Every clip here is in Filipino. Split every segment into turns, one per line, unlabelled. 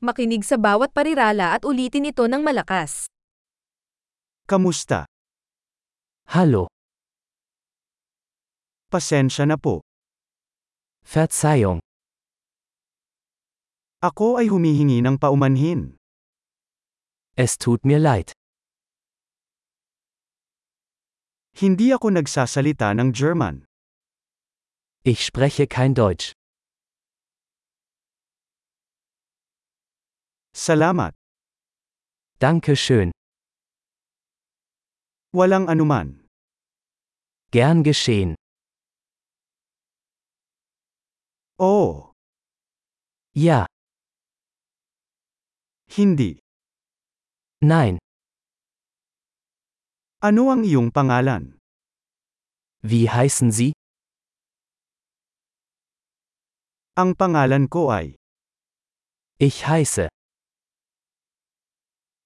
Makinig sa bawat parirala at ulitin ito ng malakas.
Kamusta?
Hallo,
Pasensya na po.
Verzeihung,
Ako ay humihingi ng paumanhin.
es tut mir leid.
Hindi ako nagsasalita ng German.
Ich spreche kein Deutsch.
Salamat.
Danke schön.
Walang anuman.
Gern geschehen.
Oo.
Ja,
Hindi.
nein.
Ano ang iyong pangalan?
Wie heißen Sie?
Ang pangalan ko ay
Ich heiße.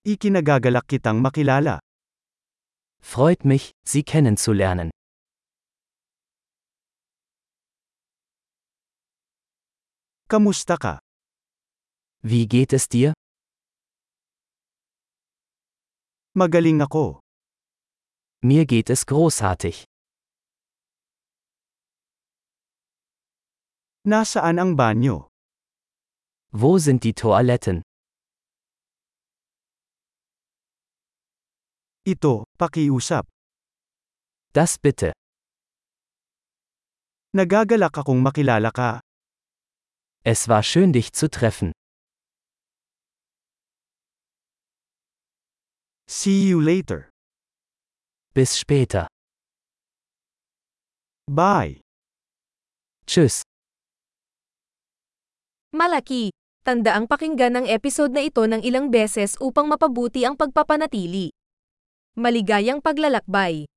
Ikinagagalak kitang makilala.
Freut mich, Sie kennenzulernen.
Kamusta ka?
Wie geht es dir?
Magaling ako.
Mir geht es großartig.
Nasaan ang banyo?
Wo sind die Toiletten?
Ito, pakiusap.
Das bitte.
Nagagalak akong makilala ka.
Es war schön, dich zu treffen.
See you later.
Bis später.
Bye.
Tschüss.
Malaki! Tanda ang pakinggan ng episode na ito ng ilang beses upang mapabuti ang pagpapanatili. Maligayang paglalakbay!